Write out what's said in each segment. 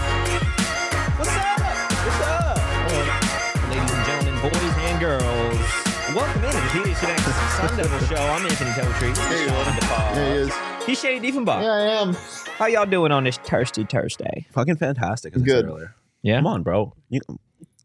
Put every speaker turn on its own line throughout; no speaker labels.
What's up? What's up? Hello, ladies and gentlemen, boys and girls. Welcome in to the PDH Connections Sun Devil Show. I'm Anthony Teltree. Here you
There he is.
He's Shady Diefenbach.
Yeah, I am.
How y'all doing on this Thirsty Thursday?
fucking fantastic. As I
Good.
said earlier.
Yeah.
Come on, bro. You,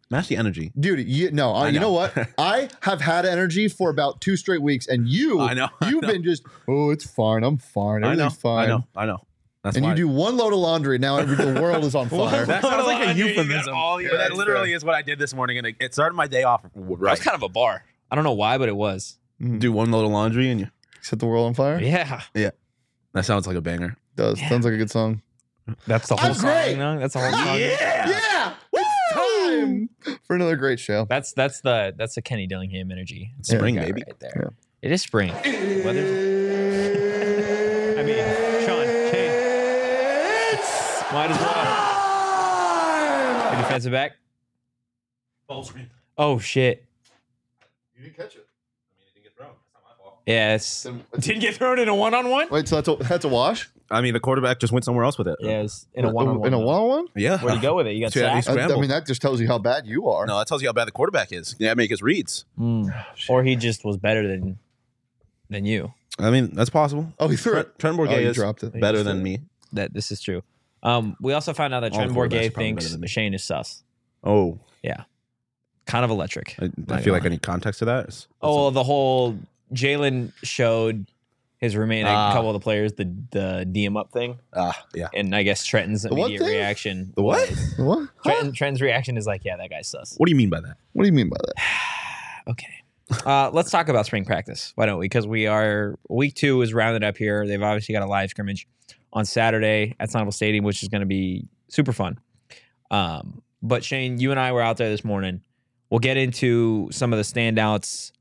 match the energy.
Dude, you, no, uh, you know
know.
what? I have had energy for about two straight weeks, and you,
I know, I
you've
know.
been just, oh, it's fine, I'm fine,
I
everything's
know.
fine.
I know. I know. That's
And
why.
you do one load of laundry, now every, the world is on fire.
That sounds like a
Laundry, you got
euphemism.
all the-
but that
Yeah.
literally is what I did this morning, and it, it started my day off
That
right.
was kind of a bar. I don't know why, but it was.
Mm-hmm.
do one load of laundry, and you.
Set the world on fire.
Yeah,
That sounds like a banger.
Does sounds like a good song.
that's the
whole I'm song, great. you
That's the whole song.
Yeah, it's time for another great show.
That's that's the that's the Kenny Dillingham energy. It's
Yeah.
Spring,
guy
baby.
right there. It is spring. Weather's- I mean, Sean, hey, why does water? Your defensive back. Oh shit. You didn't catch it. I mean, it didn't get thrown. That's not my fault. Yes. Didn't get thrown in a one-on-one.
Wait, so that's a that's a wash.
I mean, the quarterback just went somewhere else with it.
Yes, in a one-on-one.
in a one on one.
Yeah.
Where do you go with it? You got
Two out of
sacked,
each
I
Scramble.
mean, that just tells you how bad you are.
No, that tells you how bad the quarterback is. Yeah, make his reads.
or he just was better than than you.
I mean, that's possible.
Oh, he threw it.
Trent, Trent
Oh,
Bourget
you
is
dropped it.
better than me.
That this is true. Um, we also found out that
All the
Trent
quarterbacks are
Bourget
probably better
thinks
than me.
Shane is sus.
Oh,
Kind of electric.
I, I
Not
feel
gonna
like
lie.
I need context to that. It's-
oh, well, the whole Jalen showed his remaining
Ah.
couple of the players the the DM up thing,
ah, yeah.
and I guess Trenton's
what
immediate
thing?
reaction.
The what?
was-
What?
Trenton, Trenton's reaction is like, yeah, that guy's sus.
What do you mean by that?
What do you mean by that?
Okay. Uh, let's talk about spring practice. Why don't we? Because we are week two is rounded up here. They've obviously got a live scrimmage on Saturday at Sonneville Stadium, which is going to be super fun. Um, but Shane, you and I were out there this morning. We'll get into some of the standouts,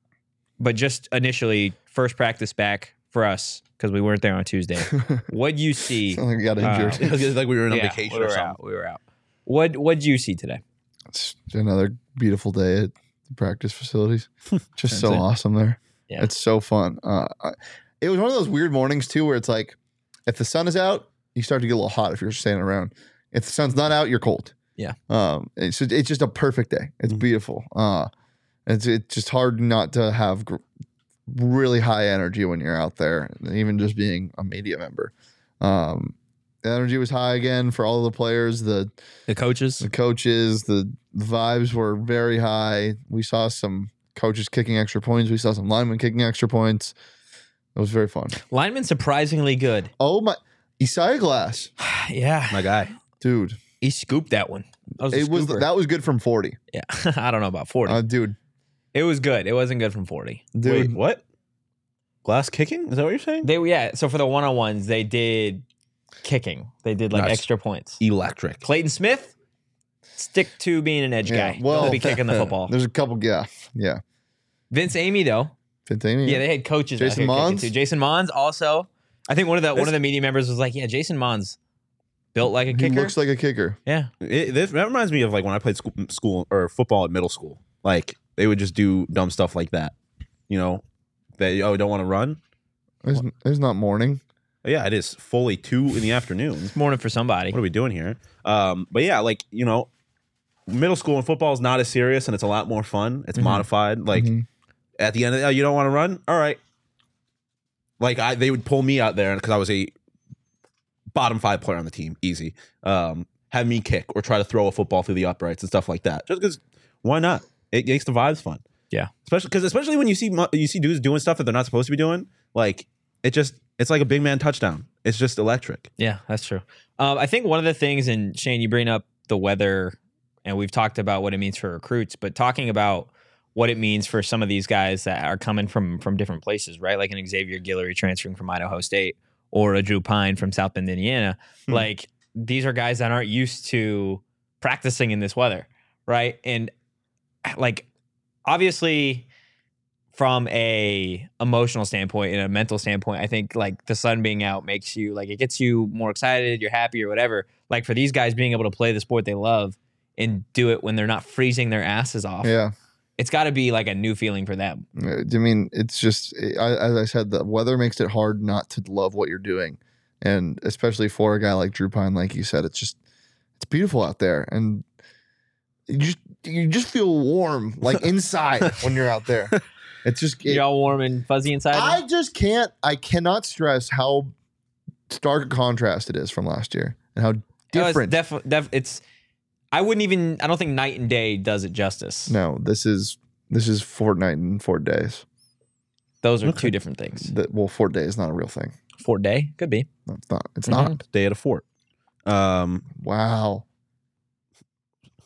but just initially, first practice back for us because we weren't there on Tuesday. What'd you see?
Sounds like you got
Uh,
injured.
It's like we were on
Yeah,
vacation
we were
or something.
out. We were out. What What'd you see today?
it's another beautiful day at the practice facilities. Just so
That's it.
awesome there.
Yeah.
It's so fun. Uh, I, it was one of those weird mornings too, where it's like, if the sun is out, you start to get a little hot if you're standing around. If the sun's not out, you're cold.
Yeah.
Um. It's just, it's just a perfect day. It's
Mm-hmm.
Mhm.
beautiful. Uh, it's it's just hard not to have gr- really high energy when you're out there, even just being a media member. Um, the energy was high again for all of the players. The
The coaches.
the coaches, the vibes were very high. We saw some coaches kicking extra points. We saw some linemen kicking extra points. It was very fun.
Linemen surprisingly good.
Oh my, Isaiah Glass,
yeah.
My guy.
dude,
He scooped that one. That was a
it was
scooper.
that was good from forty.
Yeah, I don't know about forty.
Uh, dude,
it was good. It wasn't good from forty.
dude,
Wait, what? Glass kicking? Is that what you're saying?
They yeah. So for the one on ones, they did kicking. They did like
Nice.
extra points.
Electric.
Clayton Smith, stick to being an edge
Yeah,
guy.
well-
Don't be kicking the football.
there's a couple. Yeah, yeah,
Vince Amy though.
Fantini.
Yeah, they had coaches. out
Hmm. Jason
here kicking
Mons?
too. Jason Mons also. I think one of the one of the media members was like, yeah, Jason Mons built like a
he
kicker.
looks like a kicker.
yeah,
It, this, that reminds me of like when I played school, school or football at middle school. Like they would just do dumb stuff like that. You know, that oh, don't want to run.
It's, it's not morning.
Yeah, it is fully two in the afternoon.
morning for somebody.
What are we doing here? Um, but yeah, like you know, middle school and football is not as serious and it's a lot more fun. It's
Mhm.
modified. Like
Mhm.
At the end of the, oh, you don't want to run? All right. Like I, they would pull me out there because I was a bottom five player on the team, easy. Um, have me kick or try to throw a football through the uprights and stuff like that. Just because, why not? It makes the vibes fun.
Yeah.
especially because especially when you see mu- you see dudes doing stuff that they're not supposed to be doing. Like it just, it's like a big man touchdown. It's just electric.
Yeah, that's true. Um, I think one of the things, and Shane, you bring up the weather, and we've talked about what it means for recruits, but talking about what it means for some of these guys that are coming from from different places, right? Like an Xavier Guillory transferring from Idaho State or a Drew Pine from South Bend, Indiana.
Hmm.
Like these are guys that aren't used to practicing in this weather, right? And like obviously from a emotional standpoint and a mental standpoint, I think like the sun being out makes you like it gets you more excited, you're happy or whatever. Like for these guys being able to play the sport they love and do it when they're not freezing their asses off,
Yeah.
it's got to be like a new feeling for them.
Uh, I mean, it's just I, as I said, the weather makes it hard not to love what you're doing, and especially for a guy like Drew Pine, like you said, it's just it's beautiful out there, and you just you just feel warm like inside when you're out there. It's just it-
you're all warm and fuzzy inside.
I just can't. I cannot stress how stark a contrast it is from last year and how
No, Oh, it's
different.
def- def- it's I wouldn't even. I don't think night and day does it justice.
no, this is this is fortnight and four days.
Those are
Okay.
two different things.
That well, four days is not a real thing.
Four day could be.
No, it's not. It's
Mhm.
not.
Day at a fort. Um,
Wow.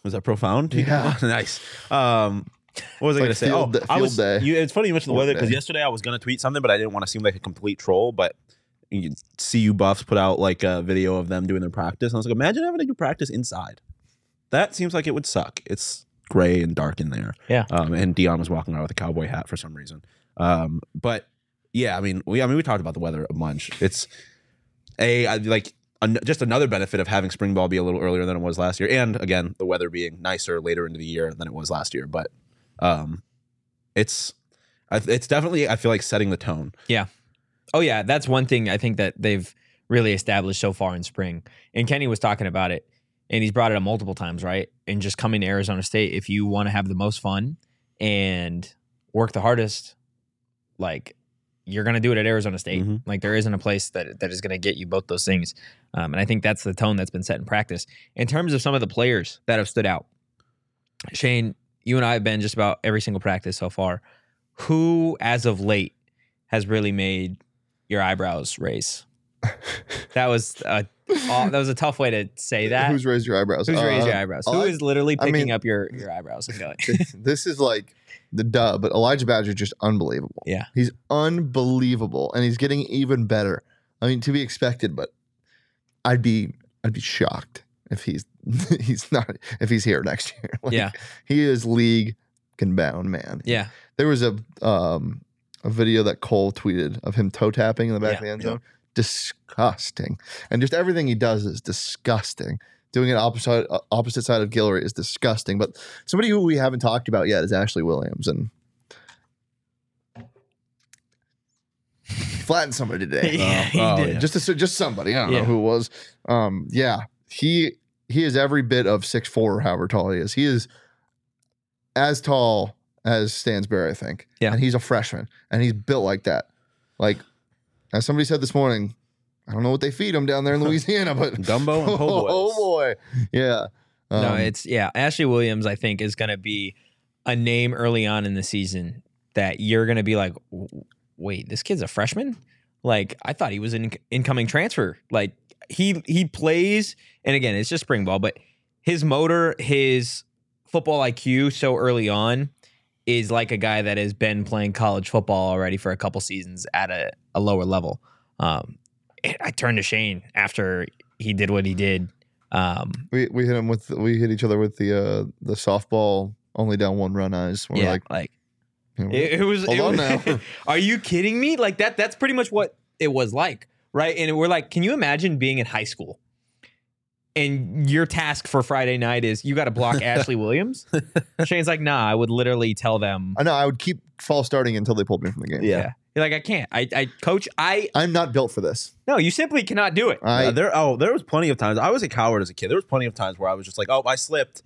Was that profound?
Yeah.
nice. Um, what was I
Like
going to say?
field
oh,
da-
I
field
was.
day.
You, it's funny you mentioned the
Work
weather because
day.
yesterday I was going to tweet something, but I didn't want to seem like a complete troll. But you- CU Buffs put out like a video of them doing their practice, and I was like, imagine having to do practice inside. That seems like it would suck. It's gray and dark in there.
Yeah.
Um, and Dion was walking around with a cowboy hat for some reason. Um, but yeah, I mean, we I mean we talked about the weather a bunch. It's a I, like an, just another benefit of having spring ball be a little earlier than it was last year, and again the weather being nicer later into the year than it was last year. But um, it's I- it's definitely I feel like setting the tone.
Oh yeah, that's one thing I think that they've really established so far in spring. And Kenny was talking about it, and he's brought it up multiple times, right? And just coming to Arizona State, if you want to have the most fun and work the hardest, like you're gonna do it at Arizona State.
Mhm.
Like there isn't a place that that is gonna get you both those things. Um, and I think that's the tone that's been set in practice. In terms of some of the players that have stood out, Shane, you and I have been just about every single practice so far. Who, as of late, has really made your eyebrows raise? that was a aw- that was a tough way to say that.
Who's raised your eyebrows?
Who's raised your
Uh,
eyebrows?
I-
Who is literally
I mean-
picking up your, your eyebrows and going?
this is like the dub, but Elijah Badger is just unbelievable.
Yeah.
He's unbelievable and he's getting even better. I mean, to be expected, but I'd be I'd be shocked if he's he's not if he's here next year. Like,
Yeah.
He is league can bound, man.
Yeah,
There was a um a video that Cole tweeted of him toe tapping in the back
Yeah,
of the end zone. Disgusting. And just everything he does is disgusting. Doing it opposite uh, opposite side of Guillory is disgusting. But somebody who we haven't talked about yet is Ashley Williams and flattened somebody today.
Yeah, he
oh,
did.
yeah.
Just to, just somebody. I don't
Yeah.
know who it was. Um, yeah, he he is every bit of six four, however tall he is. He is as tall as Stansbury, I think.
Yeah.
and he's a freshman, and he's built like that. Like as somebody said this morning, I don't know what they feed him down there in Louisiana, but
Gumbo and po' boys.
oh boy, yeah.
no,
Um,
it's yeah. Ashley Williams, I think, is going to be a name early on in the season that you're going to be like, "W- wait, this kid's a freshman. Like I thought he was an inc- incoming transfer. Like he he plays, and again, it's just spring ball, but his motor, his football IQ, so early on. Is like a guy that has been playing college football already for a couple seasons at a, a lower level. Um, I turned to Shane after he did what he did. Um,
we we hit him with we hit each other with the uh the softball only down one run eyes. We're
yeah,
like,
like,
you know,
it, it was.
Hold
it
on
was-
now.
are you kidding me? Like that? That's pretty much what it was like, right? And we're like, can you imagine being in high school? And your task for Friday night is you got to block Ashley Williams. Shane's like, nah, I would literally tell them.
I know I would keep false starting until they pulled me from the game.
Yeah.
You're like, I can't. I, I, coach, I,
I'm not built for this.
no, you simply cannot do it.
I
Uh, there oh there was plenty of times I was a coward as a kid. There was plenty of times where I was just like oh I slipped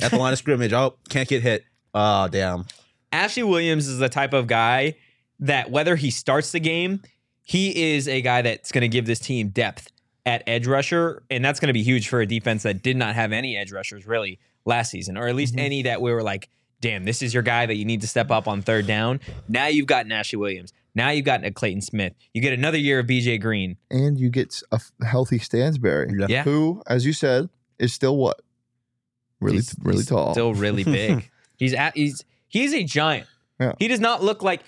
at the line of scrimmage. Oh can't get hit. Oh damn.
Ashley Williams is the type of guy that whether he starts the game, he is a guy that's going to give this team depth at edge rusher, and that's going to be huge for a defense that did not have any edge rushers really last season, or at least any that we were like, damn, this is your guy that you need to step up on third down. Now you've got Ashley Williams. Now you've got a Clayton Smith. You get another year of BJ Green.
and you get a f- healthy Stansberry,
Yeah.
Yeah.
who, as you said, is still what really,
He's-
really
he's
tall.
Still really big. he's at, he's he's a giant.
Yeah.
He does not look like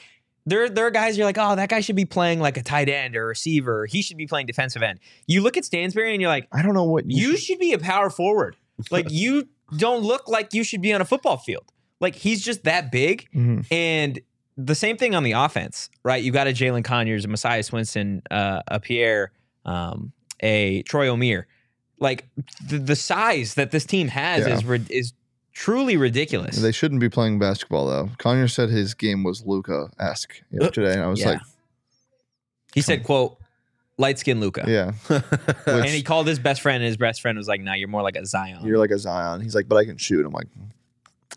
there. There are guys you're like, oh, that guy should be playing like a tight end or a receiver. He should be playing defensive end. You look at Stansbury and you're like,
I don't know what
you should be a power forward. Like you don't look like you should be on a football field. Like he's just that big.
Mhm.
And the same thing on the offense, right? You got a Jalen Conyers, a Messiah Swinson, uh, a Pierre, um, a Troy O'Meara. Like the, the size that this team has
Yeah.
is rid- is truly ridiculous.
They shouldn't be playing basketball though. Conyers said his game was Luca esque yesterday, and I was
Yeah.
like,
he said, "quote light skinned Luca,"
yeah,
and
which-
he called his best friend, and his best friend was like, "No, you're more like a Zion."
you're like a Zion. He's like, but I can shoot. I'm like,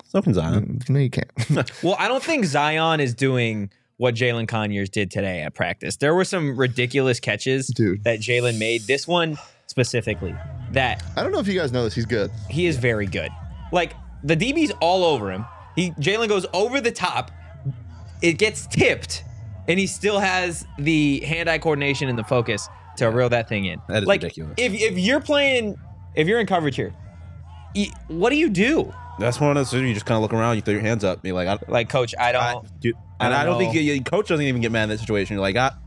Something's on.
"Mm, no, you can't.
Well, I don't think Zion is doing what Jalen Conyers did today at practice. There were some ridiculous catches
Dude.
that Jalen made. This one specifically, that
I don't know if you guys know this. He's good.
he is very good. Like the DB's all over him. He Jalen goes over the top. It gets tipped, and he still has the hand-eye coordination and the focus to reel that thing in.
That is
like,
ridiculous.
If if you're playing, if you're in coverage here, y what do you do?
That's one of those things you just kind of look around, you throw your hands up, be like, I,
Like, coach, I
I,
don't.
dude,
I
and I
don't
don't think
know.
your coach doesn't even get mad in that situation. You're like, ah,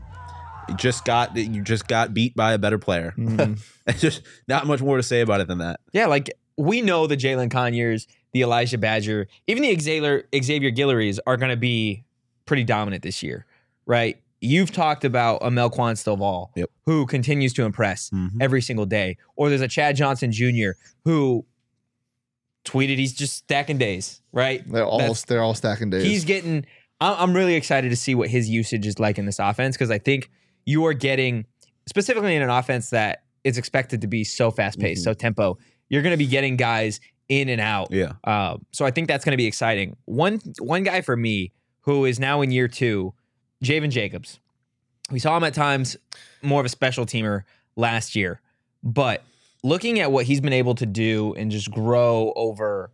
you just got you just got beat by a better player. It's just not much more to say about it than that.
Yeah, like we know the Jalen Conyers, the Elijah Badger, even the Xavier Xavier Guillories are going to be pretty dominant this year, right? You've talked about a Melquan Stovall
Yep.
who continues to impress
Mhm.
every single day, or there's a Chad Johnson Jr. who tweeted he's just stacking days, right?
They're all
That's-
they're all stacking days.
He's getting. I- I'm really excited to see what his usage is like in this offense because I think you are getting specifically in an offense that is expected to be so fast paced, so tempo. You're going to be getting guys in and out.
Yeah,
Uh, so I think that's going to be exciting. One one guy for me who is now in year two, Javen Jacobs. We saw him at times more of a special teamer last year, but looking at what he's been able to do and just grow over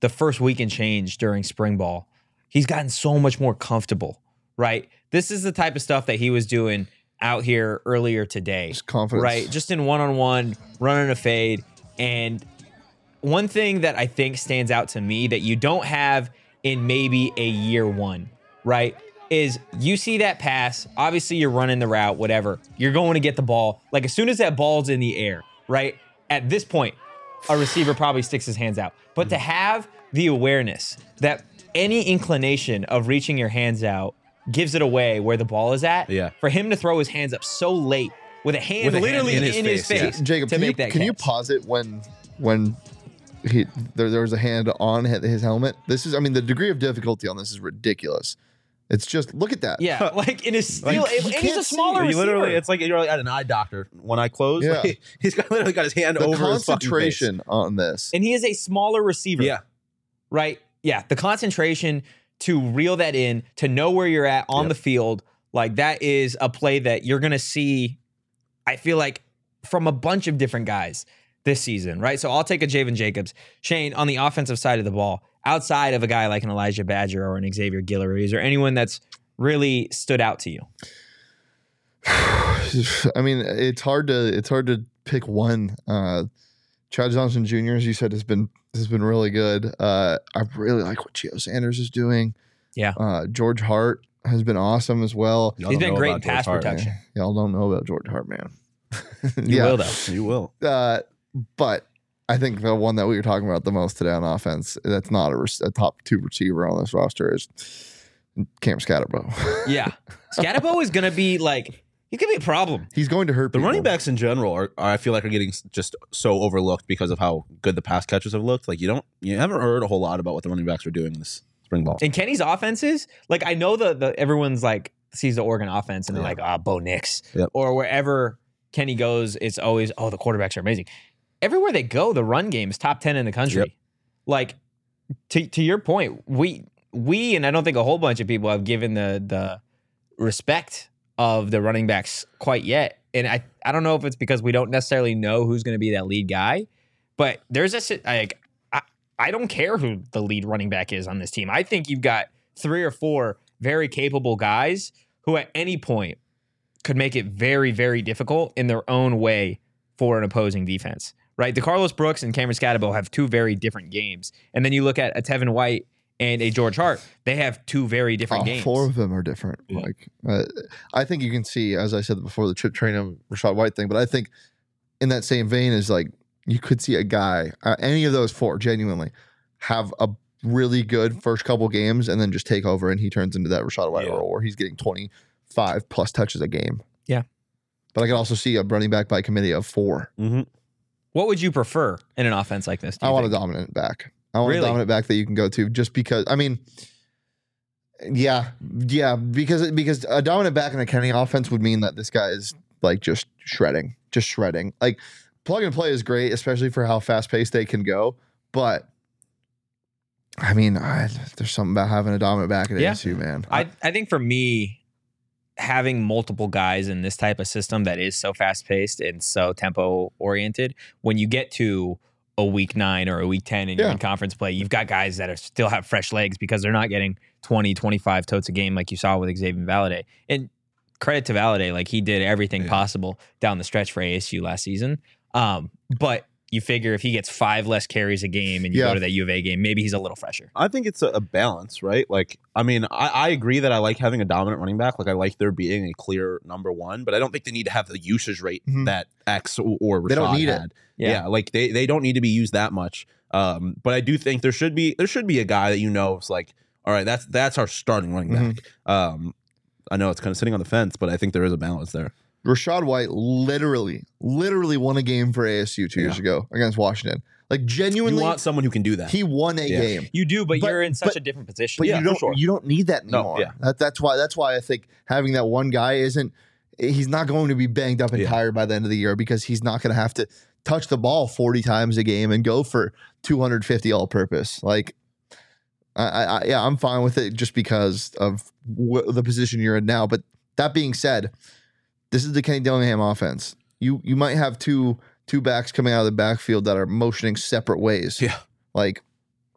the first week and change during spring ball, he's gotten so much more comfortable. Right, this is the type of stuff that he was doing out here earlier today
Just confidence,
right? Just in one on one, running a fade. And one thing that I think stands out to me that you don't have in maybe a year one, right? Is you see that pass, obviously you're running the route, whatever. You're going to get the ball. Like as soon as that ball's in the air, right? At this point, a receiver probably sticks his hands out. But to have the awareness that any inclination of reaching your hands out gives it away where the ball is at.
Yeah.
For him to throw his hands up so late with a hand
With a hand
literally in his face,
yeah.
Jacob,
to
can, you,
make that
can you
catch.
pause it when when he there, there was a hand on he- his helmet? This is, I mean, the degree of difficulty on this is ridiculous. It's just look at that.
Yeah, like it is still,
Like, you
able and he's
can't
a
see.
smaller
you
receiver.
literally, it's like you're like at an eye doctor. One eye closed,
Yeah.
like, he's got, literally got his hand
the
over
concentration on this.
and he is a smaller
His
receiver.
fucking face. Yeah,
right? Yeah, the concentration to reel that in, to know where you're at on
Yep.
the field, like that is a play that you're gonna see. I feel like from a bunch of different guys this season, right? So I'll take a Javen Jacobs, Shane on the offensive side of the ball, outside of a guy like an Elijah Badger or an Xavier Guillory, or anyone that's really stood out to you.
I mean, it's hard to it's hard to pick one. Uh, Chad Johnson Jr. as you said has been has been really good. Uh, I really like what Gio Sanders is doing.
Yeah.
Uh, George Hart has been awesome as well.
Y'all
He's
don't
been
know
great
about
in
George
pass
Hart.
protection.
Y'all don't know about George Hart, man.
You
yeah.
will though.
You will.
Uh, but I think the one that we were talking about the most today on offense that's not a, rec- a top two receiver on this roster is Cam Scatterbrough.
Yeah. Scatabo is gonna be like he's gonna be a problem.
He's going to hurt
The
people.
running backs in general are, are, I feel like, are getting s- just so overlooked because of how good the pass catchers have looked. Like you don't, you haven't heard a whole lot about what the running backs are doing this spring ball.
And Kenny's offenses, like I know the the everyone's like sees the Oregon offense and they're like, ah, Bo Nix.
Yep.
Or wherever Kenny goes, it's always, oh, the quarterbacks are amazing. Everywhere they go, the run game is top ten in the country.
Yep.
Like to to your point, we we and I don't think a whole bunch of people have given the the respect of the running backs quite yet. And I I don't know if it's because we don't necessarily know who's going to be that lead guy, but there's a sit- like I I don't care who the lead running back is on this team. I think you've got three or four very capable guys who at any point could make it very very difficult in their own way for an opposing defense. Right, the Carlos Brooks and Cameron Scadabo have two very different games, and then you look at a Tevin White and a George Hart. They have two very different
All
games.
Oh, four of them are different. Like, uh, I think you can see, as I said before, the Chip Trainum, Rashad White thing. But I think in that same vein is like you could see a guy, uh, any of those four, genuinely have a really good first couple games and then just take over, and he turns into that Rashad White
Yeah.
role where he's getting twenty five plus touches a game.
Yeah.
but I can also see a running back by committee of four.
What would you prefer in an offense like this? do
I
you
want a
think?
dominant back. I want
Really?
a dominant back that you can go to just because I mean yeah, yeah, because because a dominant back in a Kenny offense would mean that this guy is like just shredding, just shredding. Like plug and play is great, especially for how fast paced they can go, but I mean, I, there's something about having a dominant back at
Yeah.
ASU, man.
I, I think for me, having multiple guys in this type of system that is so fast paced and so tempo oriented, when you get to a week nine or a week 10 and you're
Yeah.
in conference play, you've got guys that are still have fresh legs because they're not getting 20, 25 totes a game like you saw with Xavier Valade. And credit to Valade, like he did everything
Yeah.
possible down the stretch for ASU last season. Um, but you figure if he gets five less carries a game and you
Yeah.
go to that U of A game, maybe he's a little fresher.
I think it's a, a balance, right? Like, I mean, I, I agree that I like having a dominant running back. Like, I like there being a clear number one, but I don't think they need to have the usage rate
Mhm.
that X or, or Rashad
They don't need it.
had. Yeah. like they they don't need to be used that much. Um, but I do think there should be there should be a guy that you know is like, all right, that's that's our starting running
Mm-hmm.
back. Um, I know it's kind of sitting on the fence, but I think there is a balance there.
Rashad White literally, literally won a game for ASU two years
Yeah.
ago against Washington. Like
You
genuinely,
want someone who can do that.
he won a
Yeah.
game.
You do, but,
But-
you're in such
but-
a different position.
But
Yeah,
you
for
don't
sure.
you don't need that
No,
anymore.
yeah.
that, that's why that's why I think having that one guy isn't he's not going to be banged up and
Yeah.
tired by the end of the year because he's not going to have to touch the ball 40 times a game and go for 250 all purpose. Like I, I I- yeah, I'm fine with it just because of wh- the position you're in now, but that being said, this is the Kenny Dillingham offense. You you might have two two backs coming out of the backfield that are motioning separate ways.
Yeah.
Like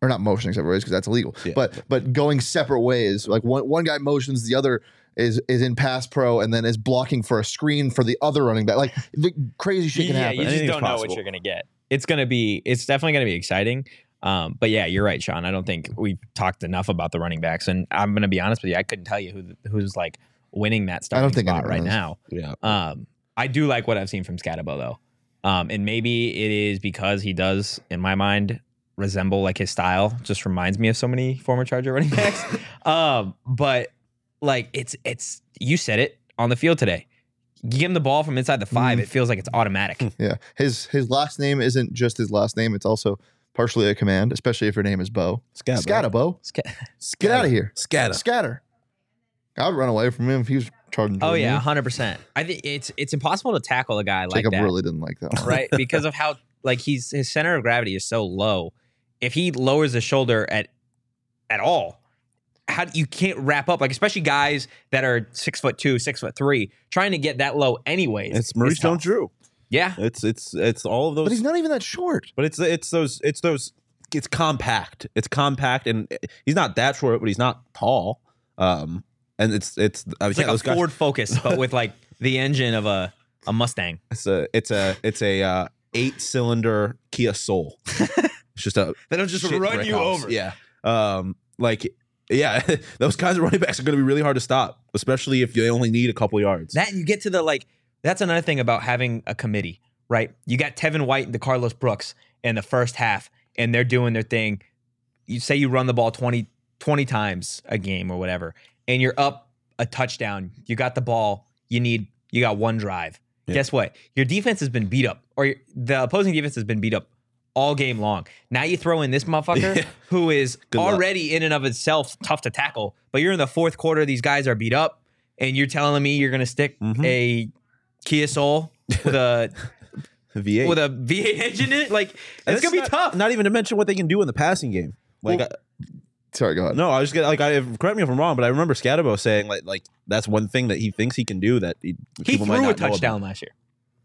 or not motioning separate ways because that's illegal.
Yeah.
But but going separate ways. Like one one guy motions, the other is is in pass pro and then is blocking for a screen for the other running back. Like the crazy shit can
yeah,
happen.
you just
Anything's
don't know what
possible.
you're gonna get. It's gonna be. It's definitely gonna be exciting. Um, but yeah, you're right, Sean. I don't think we've talked enough about the running backs, and I'm gonna be honest with you. I couldn't tell you who who's like winning that starting
think
spot
anyone
right
knows.
now.
yeah,
Um, I do like what I've seen from Scatabo though, um, and maybe it is because he does, in my mind, resemble like his style. Just reminds me of so many former Charger running backs. um, but like it's it's you said it on the field today. Give him the ball from inside the five.
Mm.
It feels like it's automatic.
Yeah. His his last name isn't just his last name, it's also partially a command, especially if your name is Bo.
scatter,
Scatter, Bo. Get out of here.
scatter.
Scatter. I would run away from him if he was charging.
Oh
toward
yeah,
me.
hundred percent. I think it's it's impossible to tackle a guy like
Mm-hmm. Jacob
that,
really didn't like that. One.
right? Because of how like he's his center of gravity is so low. If he lowers his shoulder at at all, how you can't wrap up like especially guys that are six foot two, six foot three, trying to get that low anyways.
It's Maurice
is tough.
Jones Drew.
Yeah,
It's it's it's all of those.
But he's not even that short.
But it's it's those it's those it's compact. It's compact, and he's not that short, but he's not tall. Um, and it's it's I
it's
yeah,
like a
those guys-
Ford Focus, but with like the engine of a a Mustang.
It's a it's a it's a uh, eight cylinder Kia Soul. it's just a
They don't
shit brick house. Yeah. Um, like yeah, those kinds of running backs are going to be really hard to stop, especially if they only need a couple yards.
That you get to the like. That's another thing about having a committee, right? You got Tevin White and the Carlos Brooks in the first half, and they're doing their thing. You say you run the ball 20, 20 times a game or whatever, and you're up a touchdown. You got the ball. You need. You got one drive.
Yeah.
Guess what? Your defense has been beat up, or your- the opposing defense has been beat up all game long. Now you throw in this motherfucker
Yeah.
who is
Good luck.
already in and of itself tough to tackle, but you're in the fourth quarter. These guys are beat up and you're telling me you're gonna stick
Mhm.
a Kia Soul with a
V8.
with a V8 engine in it? Like
And
it's
this
gonna be
is not-
tough.
Not even to mention what they can do in the passing game. Like
Well,
uh,
Sorry, go ahead.
No, I was just gonna, like, I correct me if I'm wrong, but I remember Scatterbo saying like, like that's one thing that he thinks he can do that he,
He
people might
threw a
not know about.
touchdown last year.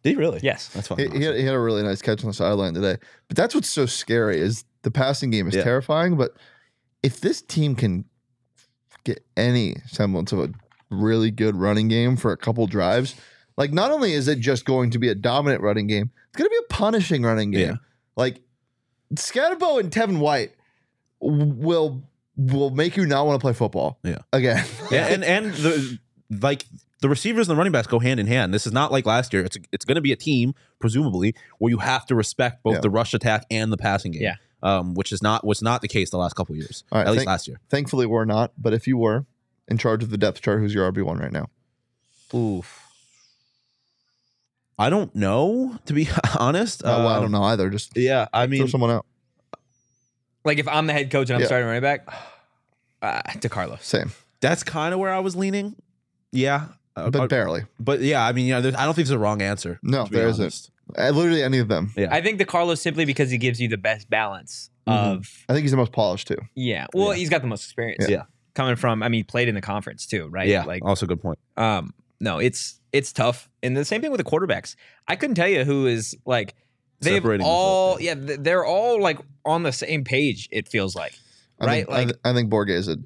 Did he really?
Yes.
that's fucking
He, he,
awesome.
had, he had a really nice catch on the sideline today. But that's what's so scary is the passing game is
Yeah.
terrifying. But if this team can get any semblance of a really good running game for a couple drives, like not only is it just going to be a dominant running game, it's going to be a punishing running game.
Yeah.
Like Scatterbo and Tevin White w- will will make you not want to play football.
Yeah.
Again.
yeah, and and the like the receivers and the running backs go hand in hand. This is not like last year. It's it's going to be a team presumably where you have to respect both
Yeah.
the rush attack and the passing game.
Yeah.
Um, which is not was not the case the last couple years,
All right,
at least
thank-
last year.
Thankfully, we're not. But if you were in charge of the depth chart, who's your RB one right now?
Oof. I don't know to be honest.
Uh, well, I
Um,
don't know either. Just
Yeah, I
throw
mean,
someone out.
Like if I'm the head coach and I'm
Yeah.
starting running back, uh, DeCarlo.
Same,
that's kind of where I was leaning. Yeah, Uh,
but
but,
barely.
but yeah, I mean, you know, there's- I don't think there's a wrong answer.
No,
to be
there isn't.
honest.
Uh, literally any of them.
Yeah.
I think DeCarlo simply because he gives you the best balance
Mhm.
of
I think he's the most polished too.
yeah. Well,
Yeah.
he's got the most experience.
Yeah.
Coming from, I mean, he played in the conference too, right?
yeah,
Like,
also good point.
um, no, it's it's tough. And the same thing with the quarterbacks. I couldn't tell you who is like they've
Separating themselves,
all yeah, th- they're all like on the same page. It feels like
I
Right,
think, I,
like-
th- I think Borges is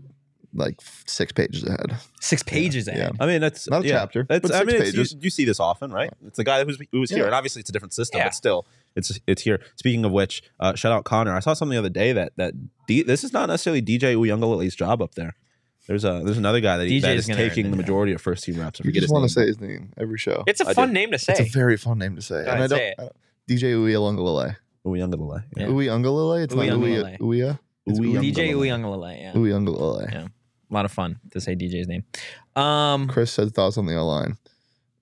like f- six pages ahead.
six pages ahead.
I mean, that's
Not a
yeah,
chapter,
That's,
but
I
six
mean, it's,
pages.
you, you see this often, right? It's the guy who's who was here,
Yeah.
and obviously it's a different system,
Yeah.
but still, it's it's here. Speaking of which, uh, shout out Connor. I saw something the other day that that D, this is not necessarily DJ Uyunglele's job up there. There's a there's another guy that, he,
DJ
that
is
is
gonna earn
taking
it,
the
yeah.
majority of first team reps. I
You
forget
just
his
want
name.
to say his name every show.
It's a
I
fun
did.
name to say.
It's a very fun name to say.
ahead,
and I don't,
say it.
I don't DJ Uyelungalele.
Uyunglele. Yeah.
Yeah.
Uyungalele. It's not
Uiagalelei.
Uya. Uya. It's
DJ
Uiagalelei.
Uyunglele. Yeah.
Uyungalele.
Yeah. A lot of fun to say DJ's name. Um,
Chris said thoughts on the O line.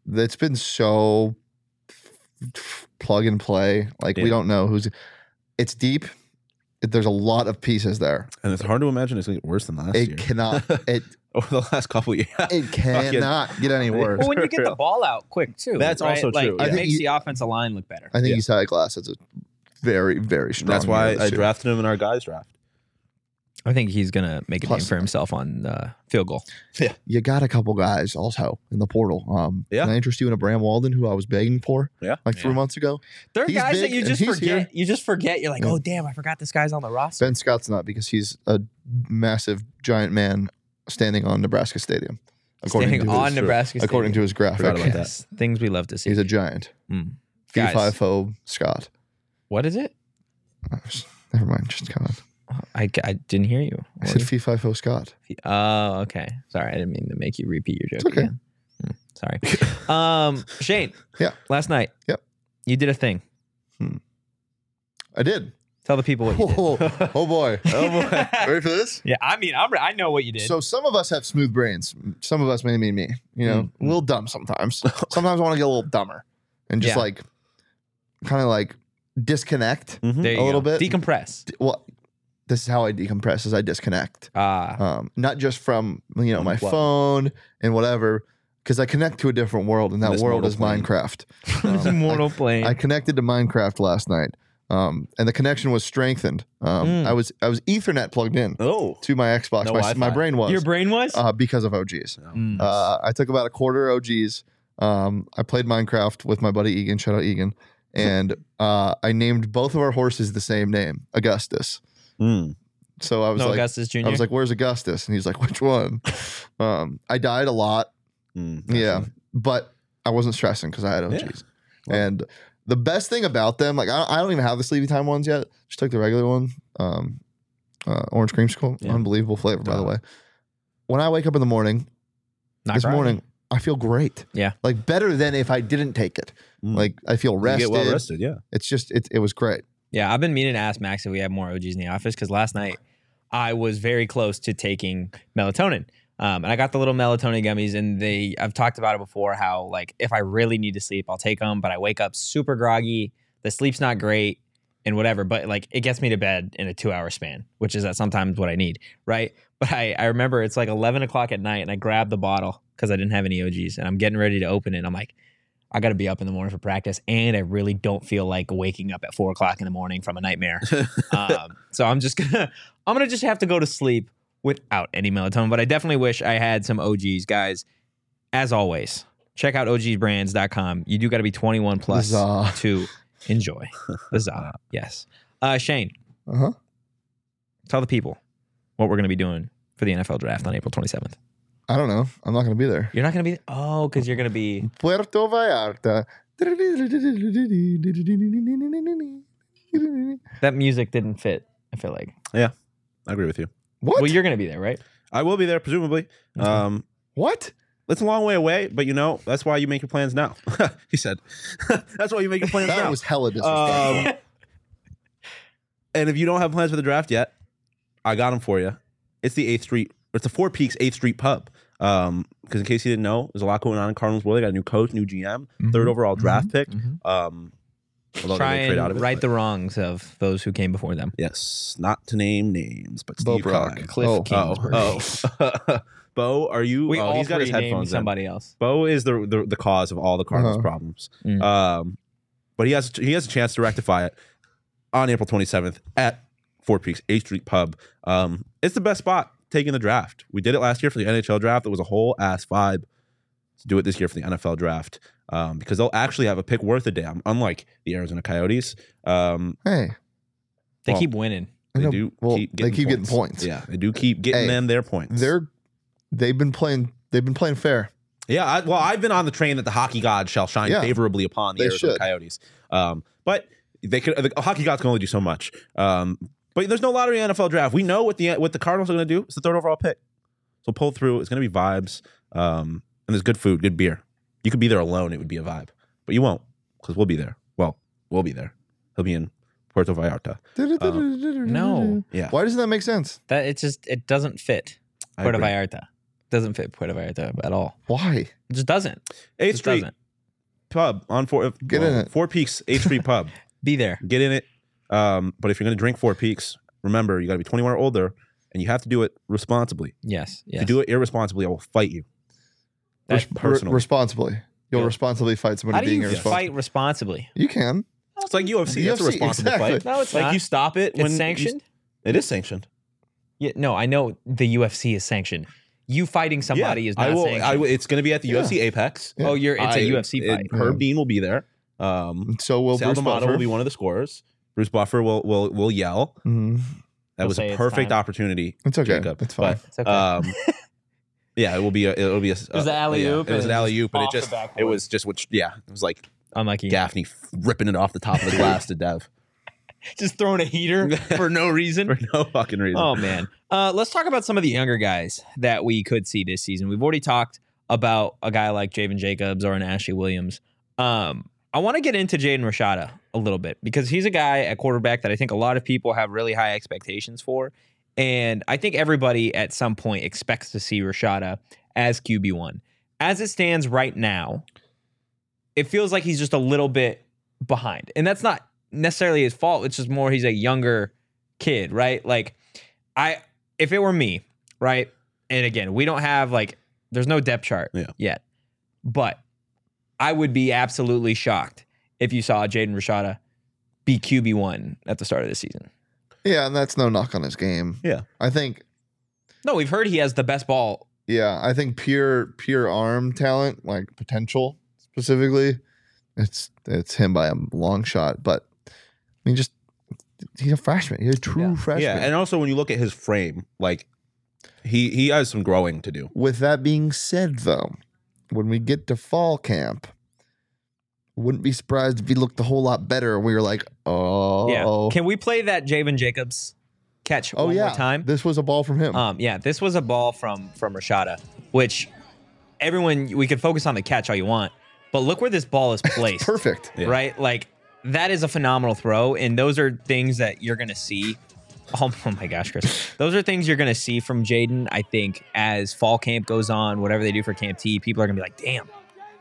That's been so plug and play. Like
Yeah.
we don't know who's. It's deep. There's a lot of pieces there.
And it's hard to imagine it's going to get worse than last
it
year
cannot. It
over the last couple of years.
it cannot get any worse.
well, when you get the ball out quick too,
That's
right?
also
Like,
true,
yeah.
It
I think
makes
you-
the offensive line look better.
I think
Yeah.
Isaiah Glass has a very, very strong.
That's why
year this
I
year.
drafted him in our guys draft.
I think he's gonna make a
Plus-
name for himself on uh, field goal.
You got a couple guys also in the portal. Um,
Yeah.
Can I interest you in a Bram Walden who I was begging for?
Yeah.
Like three
Yeah.
months ago.
There are
He's
guys that
big
you
and
just
he's
forget.
here.
You just forget. You're like,
Yeah.
oh damn, I forgot this guy's on the roster.
Ben Scott's not because he's a massive giant man standing on Nebraska Stadium. According
Standing
to
on
his,
Nebraska.
according to his
Forgot about
graphic,
that.
Yes, things we love to see.
he's a giant.
Mm.
Guys.
Guys.
phobe Scott. Oh,
What is it?
Never mind, just come on.
I, I didn't hear you.
I said fee fi fo Scott.
Oh, okay. Sorry, I didn't mean to make you repeat your joke
It's okay.
again. Mm, sorry. um, Shane.
Yeah.
Last night.
Yep.
You did a thing.
I did.
Tell the people what you did.
Oh, oh boy.
Oh boy.
Ready for this?
Yeah, I mean, I'm, I know what you did.
So some of us have smooth brains. Some of us, maybe me, me, you
Mm.
know, a little dumb sometimes. sometimes I want to get a little dumber and just
Yeah.
like kind of like disconnect.
Mhm.
There you
a little
go.
bit.
decompress.
Well, this is how I decompress is I disconnect.
Ah,
Um, not just from you know my
Unplug.
phone and whatever, because I connect to a different world, and that
This
world
mortal
is
plane.
Minecraft.
this
Um,
mortal plane.
I connected to Minecraft last night, um, and the connection was strengthened. Um,
Mm.
I was I was Ethernet plugged in
Oh.
to my Xbox.
No
my, my
Wi-Fi.
brain was
Your brain was.
uh, because of OGs.
Mm.
Uh, I took about a quarter OGs. Um, I played Minecraft with my buddy Egan. Shout out Egan. And uh, I named both of our horses the same name, Augustus.
Mm.
So I was
no,
like,
Augustus Jr.
I was like, "Where's Augustus?" And he's like, "Which one?" um, I died a lot.
Mm.
Yeah, but I wasn't stressing because I had OGs.
Yeah. Love
And the best thing about them, like I, I don't even have the sleepy time ones yet. Just took the regular one, um, uh, orange creamsicle,
Yeah.
unbelievable flavor by the
Duh.
way. When I wake up in the morning,
Not
this
crying.
morning I feel great.
Yeah.
like better than if I didn't take it.
Mm.
Like I feel
You
rested.
get well rested, yeah.
It's just it. It was great.
Yeah, I've been meaning to ask Max if we have more OGs in the office because last night I was very close to taking melatonin. Um, and I got the little melatonin gummies, and they I've talked about it before how like if I really need to sleep, I'll take them, but I wake up super groggy, the sleep's not great, and whatever. But like it gets me to bed in a two hour span, which is that sometimes what I need, right? But I I remember it's like eleven o'clock at night, and I grabbed the bottle because I didn't have any OGs, and I'm getting ready to open it, and I'm like. I got to be up in the morning for practice, and I really don't feel like waking up at four o'clock in the morning from a nightmare. um, so I'm just gonna I'm gonna just have to go to sleep without any melatonin. But I definitely wish I had some OGs, guys. As always, check out OGbrands.com. You do got to be 21 plus
Huzzah.
to enjoy. Huzzah! Yes, uh, Shane,
Uh-huh.
tell the people what we're gonna be doing for the NFL draft on April 27th.
I don't know. I'm not going to be there.
You're not gonna be oh, because you're gonna be
Puerto Vallarta.
that music didn't fit. I feel like.
I agree with you.
What?
Well, you're gonna be there, right?
I will be there presumably.
Mm-hmm.
Um,
what?
it's a long way away, but you know that's why you make your plans now. he said, "That's why you make your plans
That
now."
was hella disrespectful.
Um, and if you don't have plans for the draft yet, I got them for you. It's the Eighth Street. It's the Four Peaks Eighth Street Pub. Because in case you didn't know, there's a lot going on in Cardinals World. They got a new coach, new GM, third overall draft pick. Um,
Mm-hmm.
although they
Try
did trade out of
and
it,
right
but-
the wrongs of those who came before them.
yes, not to name names, but
Bo
Steve
Brock.
Kime.
Cliff
oh,
King.
Oh, oh, Bo, are you?
We
oh,
all
he's got his
three named
headphones. in.
somebody else.
Bo is the the, the cause of all the Cardinals'
Uh-huh.
problems.
Mm.
Um, but he has he has a chance to rectify it on April 27th at Four Peaks H Street Pub. Um, it's the best spot taking the draft. We did it last year for the NHL draft. It was a whole ass vibe. Let's do it this year for the NFL draft um, because they'll actually have a pick worth a damn. Unlike the Arizona Coyotes, um,
hey.
They
Well,
keep winning.
I
they
know-
do
well,
keep
they
getting
keep
points.
getting points.
Yeah, they do keep getting
Hey,
them their points.
They're they've been playing they've been playing fair.
Yeah, I, well, I've been on the train that the hockey god shall shine
Yeah.
favorably upon the
They
Arizona
should.
Coyotes. Um, but they could the hockey gods can only do so much. Um, but there's no lottery in the NFL draft. We know what the what the Cardinals are going to do. It's the third overall pick, so pull through. It's going to be vibes, um, and there's good food, good beer. You could be there alone; it would be a vibe, but you won't because we'll be there. Well, we'll be there. He'll be in Puerto Vallarta.
No.
Yeah,
Why doesn't that make sense?
That it just it doesn't fit
I
Puerto
agree.
Vallarta. Doesn't fit Puerto Vallarta at all.
Why?
It just doesn't. It
Eighth
just
Street
doesn't.
Pub on four. uh,
Get in it.
Four Peaks Eighth Street Pub.
Be there.
get in it. Um, but if you're going to drink Four Peaks, remember you got to be 21 or older, and you have to do it responsibly.
Yes.
If
Yes.
you do it irresponsibly, I will fight you.
That-
Resp-
Re-
personal.
responsibly. You'll
Yeah.
responsibly fight somebody
How do
being
you
irresponsible.
fight responsibly?
You can.
it's like UFC.
UFC,
That's a responsible
exactly.
fight.
No, it's
like
not.
you stop it when
it's
you-
sanctioned.
it is sanctioned.
yeah, no, I know the UFC is sanctioned. You fighting somebody
Yeah.
is not
I will,
sanctioned.
I will, it's going to be at the
Yeah.
UFC Apex.
Yeah.
Oh, you're it's a
I-
UFC
and
fight.
Herb Dean will be there. Um,
So will
Sal
Bruce
D'Amato
Buffer.
will be one of the scorers. Bruce Buffer will will will yell.
Mhm.
That
He'll
was
say
a
it's
perfect
time.
opportunity
It's okay.
Jacob,
It's fine.
but,
It's okay.
Um, yeah, it will be a, it'll be a. It
was an alley-oop
it was an
and
alley oop, and it
off the
just it
backboard.
was just which yeah, it was like
Unlucky.
Gaffney f- ripping it off the top of the glass to Dev
Just throwing a heater for no reason.
for no fucking reason.
Oh man, uh, let's talk about some of the younger guys that we could see this season. We've already talked about a guy like Javen Jacobs or an Ashley Williams. Um, I want to get into Jaden Rashada a little bit because he's a guy at quarterback that I think a lot of people have really high expectations for, and I think everybody at some point expects to see Rashada as QB one. As it stands right now, it feels like he's just a little bit behind, and that's not necessarily his fault. It's just more he's a younger kid, right? Like I if it were me, right? And again, we don't have like there's no depth chart
Yeah.
yet. But I would be absolutely shocked if you saw Jaden Rashada be QB one at the start of the season.
Yeah, and that's no knock on his game.
Yeah.
I think
No, we've heard he has the best ball.
yeah, I think pure pure arm talent, like potential specifically, it's it's him by a long shot. But I mean just he's a freshman. He's a true freshman.
yeah, and also when you look at his frame, like he he has some growing to do.
With that being said, though, when we get to fall camp, wouldn't be surprised if he looked a whole lot better. We were like, oh,
Yeah.
oh,
Can we play that Javen Jacobs catch one
yeah,
more time?
this was a ball from him.
Um, yeah, this was a ball from from Rashada, which everyone we could focus on the catch all you want, but look where this ball is placed.
Perfect.
Yeah.
right? Like that is a phenomenal throw, and those are things that you're gonna see. Oh, oh my gosh, Chris! Those are things you're gonna see from Jaden. I think as fall camp goes on, whatever they do for Camp T, people are gonna be like, "Damn,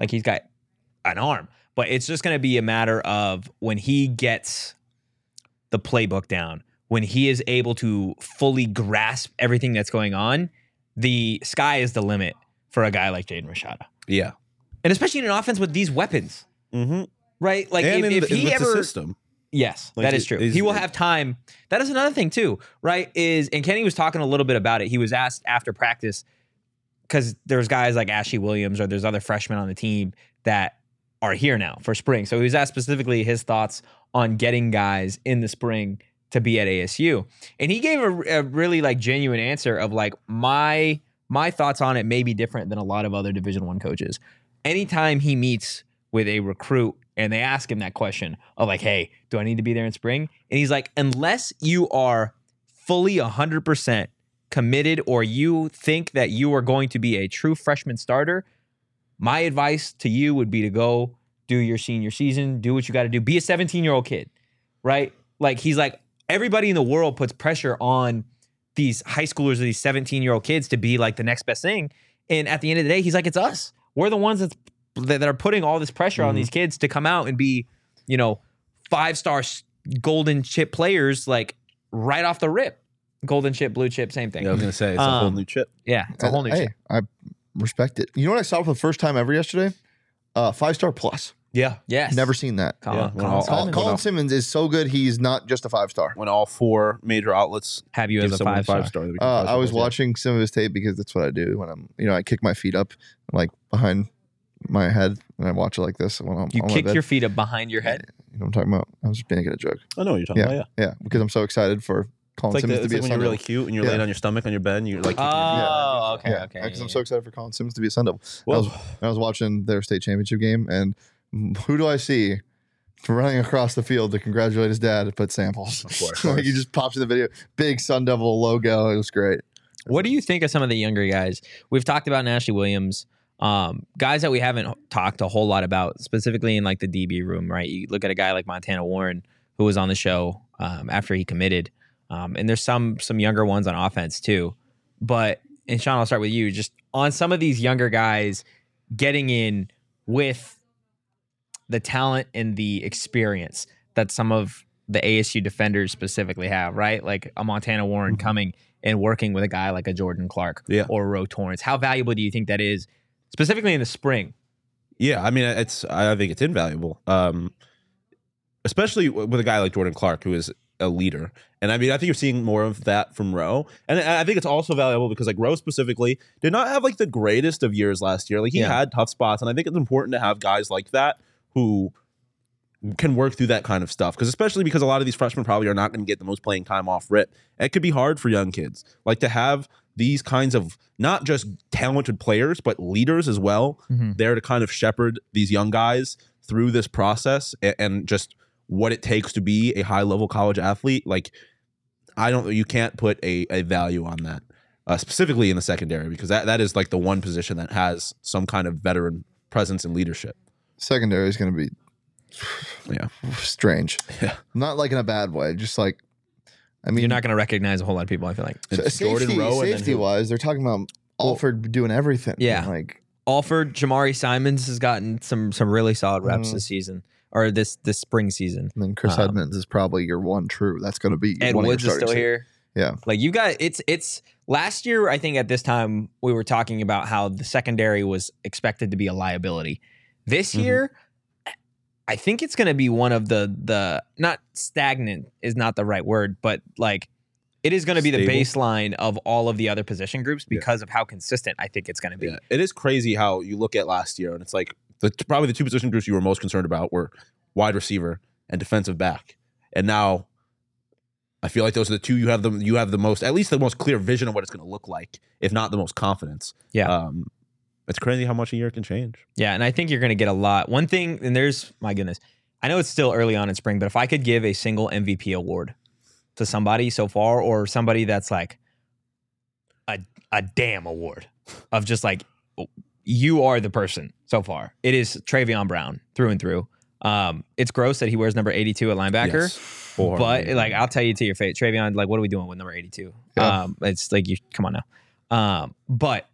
like he's got an arm." But it's just gonna be a matter of when he gets the playbook down, when he is able to fully grasp everything that's going on. The sky is the limit for a guy like Jaden Rashada.
Yeah,
and especially in an offense with these weapons,
Mm-hmm.
right? Like
and in
if, if
the,
he
with the
ever
system,
Yes,
Like,
that is
it-
true.
it's-
He will
it-
have time. That is another thing too, right? Is and Kenny was talking a little bit about it. He was asked after practice because there's guys like Ashley Williams or there's other freshmen on the team that are here now for spring. So he was asked specifically his thoughts on getting guys in the spring to be at ASU, and he gave a, a really like genuine answer of like my my thoughts on it may be different than a lot of other Division One coaches. Anytime he meets with a recruit and they ask him that question of like, hey, do I need to be there in spring? And he's like, unless you are fully 100% committed or you think that you are going to be a true freshman starter, my advice to you would be to go do your senior season, do what you got to do, be a 17 year old kid, right? Like, he's like, everybody in the world puts pressure on these high schoolers or these 17 year old kids to be like the next best thing. And at the end of the day, he's like, it's us. We're the ones that's, that that are putting all this pressure on these kids to come out and be, you know, five star golden chip players like right off the rip. Golden chip, blue chip, same thing.
yeah, I
Yeah,
was gonna say it's a whole
Um,
new chip.
it's a whole new
Uh, hey,
chip.
I respect it. You know what I saw for the first time ever yesterday? Uh, five star plus.
Yeah,
Yes.
Never seen that.
Colin,
Yeah,
Colin
well,
Simon
Col-
Simon.
Colin Simmons is so good. He's not just a five star.
when all four major outlets
have you
give
as a
someone
five star.
that we
Uh,
can five
I
star
was
plus, yeah.
watching some of his tape because that's what I do when I'm, you know, I kick my feet up like behind my head and I watch it like this. When I'm
You
on Oh my
kick
bed.
your feet up behind your head.
You know what I'm talking about? I was just making a joke.
I know what you're talking about. Oh, Yeah,
Yeah, because I'm so excited for Colin
it's like,
Simmons
the,
to
it's
be
like
a
when
Sun
you're really
Devil.
cute and you're
Yeah.
laying on your stomach on your bed and you're like,
Oh, okay,
Yeah,
okay.
because
yeah,
I'm so excited for Colin Simmons to be a Sun Devil. I
well,
was, I was watching their state championship game, and who do I see running across the field to congratulate his dad? But Sam Pauls.
Of course.
like he just pops in the video, big Sun Devil logo. It was great.
What do you think of some of the younger guys? We've talked about Nashley Williams, um, guys that we haven't h- talked a whole lot about, specifically in like the DB room, right? You look at a guy like Montana Warren, who was on the show um, after he committed, um, and there's some some younger ones on offense too. But and Sean, I'll start with you. Just on some of these younger guys getting in with the talent and the experience that some of the ASU defenders specifically have, right? Like a Montana Warren coming and working with a guy like a Jordan Clark
Yeah.
or Roe Torrance. How valuable do you think that is, specifically in the spring?
Yeah, I mean, it's I think it's invaluable, um, especially w- with a guy like Jordan Clark, who is a leader. And I mean, I think you're seeing more of that from Rowe, and I I think it's also valuable because like Rowe specifically did not have like the greatest of years last year. Like he
Yeah.
had tough spots, and I think it's important to have guys like that who can work through that kind of stuff because especially because a lot of these freshmen probably are not going to get the most playing time off rip it could be hard for young kids like to have these kinds of not just talented players but leaders as well there to kind of shepherd these young guys through this process and, and just what it takes to be a high level college athlete like i don't you can't put a, a value on that uh, specifically in the secondary because that, that is like the one position that has some kind of veteran presence and leadership
Secondary is going to be,
Yeah.
strange.
Yeah.
not like in a bad way. Just like, I mean,
You're not going to recognize a whole lot of people. I feel like
so
It's
safety,
Rowe and then
safety
who?
wise, they're talking about Alford doing everything.
Yeah.
like
Alford Jamari Simons has gotten some some really solid reps
Mhm.
this season or this this spring season.
and then Chris
Uh-huh.
Um,
Edmonds is probably your one true. That's going to be
Ed
one of your
Woods is
starting
still
safety.
here.
Yeah.
Like you got it's it's last year I think at this time we were talking about how the secondary was expected to be a liability. This
Mhm.
year I think it's going to be one of the the not stagnant is not the right word, but like it is going to be the
Stable?
baseline of all of the other position groups because of how consistent I think it's going to be.
Yeah, it is crazy how you look at last year, and it's like the probably the two position groups you were most concerned about were wide receiver and defensive back, and now I feel like those are the two you have the you have the most at least the most clear vision of what it's going to look like, if not the most confidence.
Yeah.
um, it's crazy how much a year can change.
Yeah, and I think you're going to get a lot. One thing, and there's my goodness, I know it's still early on in spring, but if I could give a single MVP award to somebody so far, or somebody that's like a a damn award of just like you are the person so far. It is Travion Brown through and through. Um, it's gross that he wears number 82 at linebacker.
Yes. Or-
But like, I'll tell you to your face, Travion. Like, what are we doing with number eighty-two?
Yeah.
Um, it's like you come on now. Um, but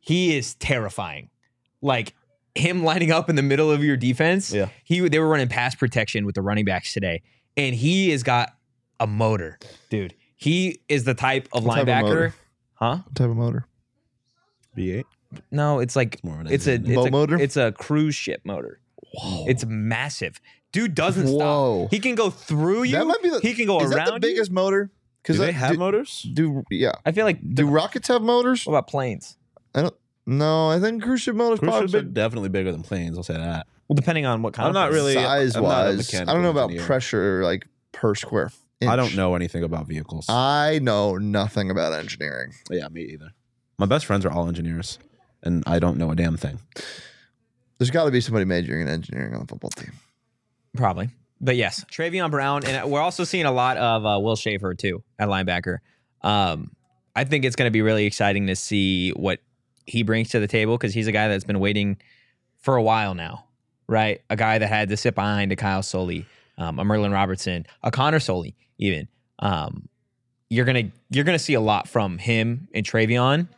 he is terrifying. Like him lining up in the middle of your defense.
Yeah.
He they were running pass protection with the running backs today, and he has got a motor, dude. He is the type of
What type of
linebacker,
motor?
huh?
What type of motor?
V8.
No, it's like
more of an
it's a
engine.
it's
Boat
a,
motor?
It's a cruise ship motor. Whoa. It's massive. Dude doesn't
Whoa.
stop. He can go through you.
that might be the.
he can go
is
around
that the
you.
biggest motor?
Do
Because
they have motors?
do yeah.
I feel like
Do rockets have motors?
what about planes?
I don't. No, I think cruise ship motors
Cruise ships
probably
are definitely bigger than planes. I'll say that.
Well, depending on what kind.
I'm
of
not
plane.
really-
size
I'm not a
wise. I
mechanical
don't know about
engineer.
pressure like per square. Inch.
I don't know anything about vehicles.
Uh,
I know nothing about engineering.
yeah, me either. My best friends are all engineers, and I don't know a damn thing.
There's got to be somebody majoring in engineering on the football team.
Probably. But yes, Travion Brown, and we're also seeing a lot of uh, Will Schaefer too at linebacker. Um, I think it's going to be really exciting to see what he brings to the table because he's a guy that's been waiting for a while now, right? A guy that had to sit behind a Kyle Soley, um, a Merlin Robertson, a Connor Soley, even. Um, you're gonna you're gonna see a lot from him and Travion,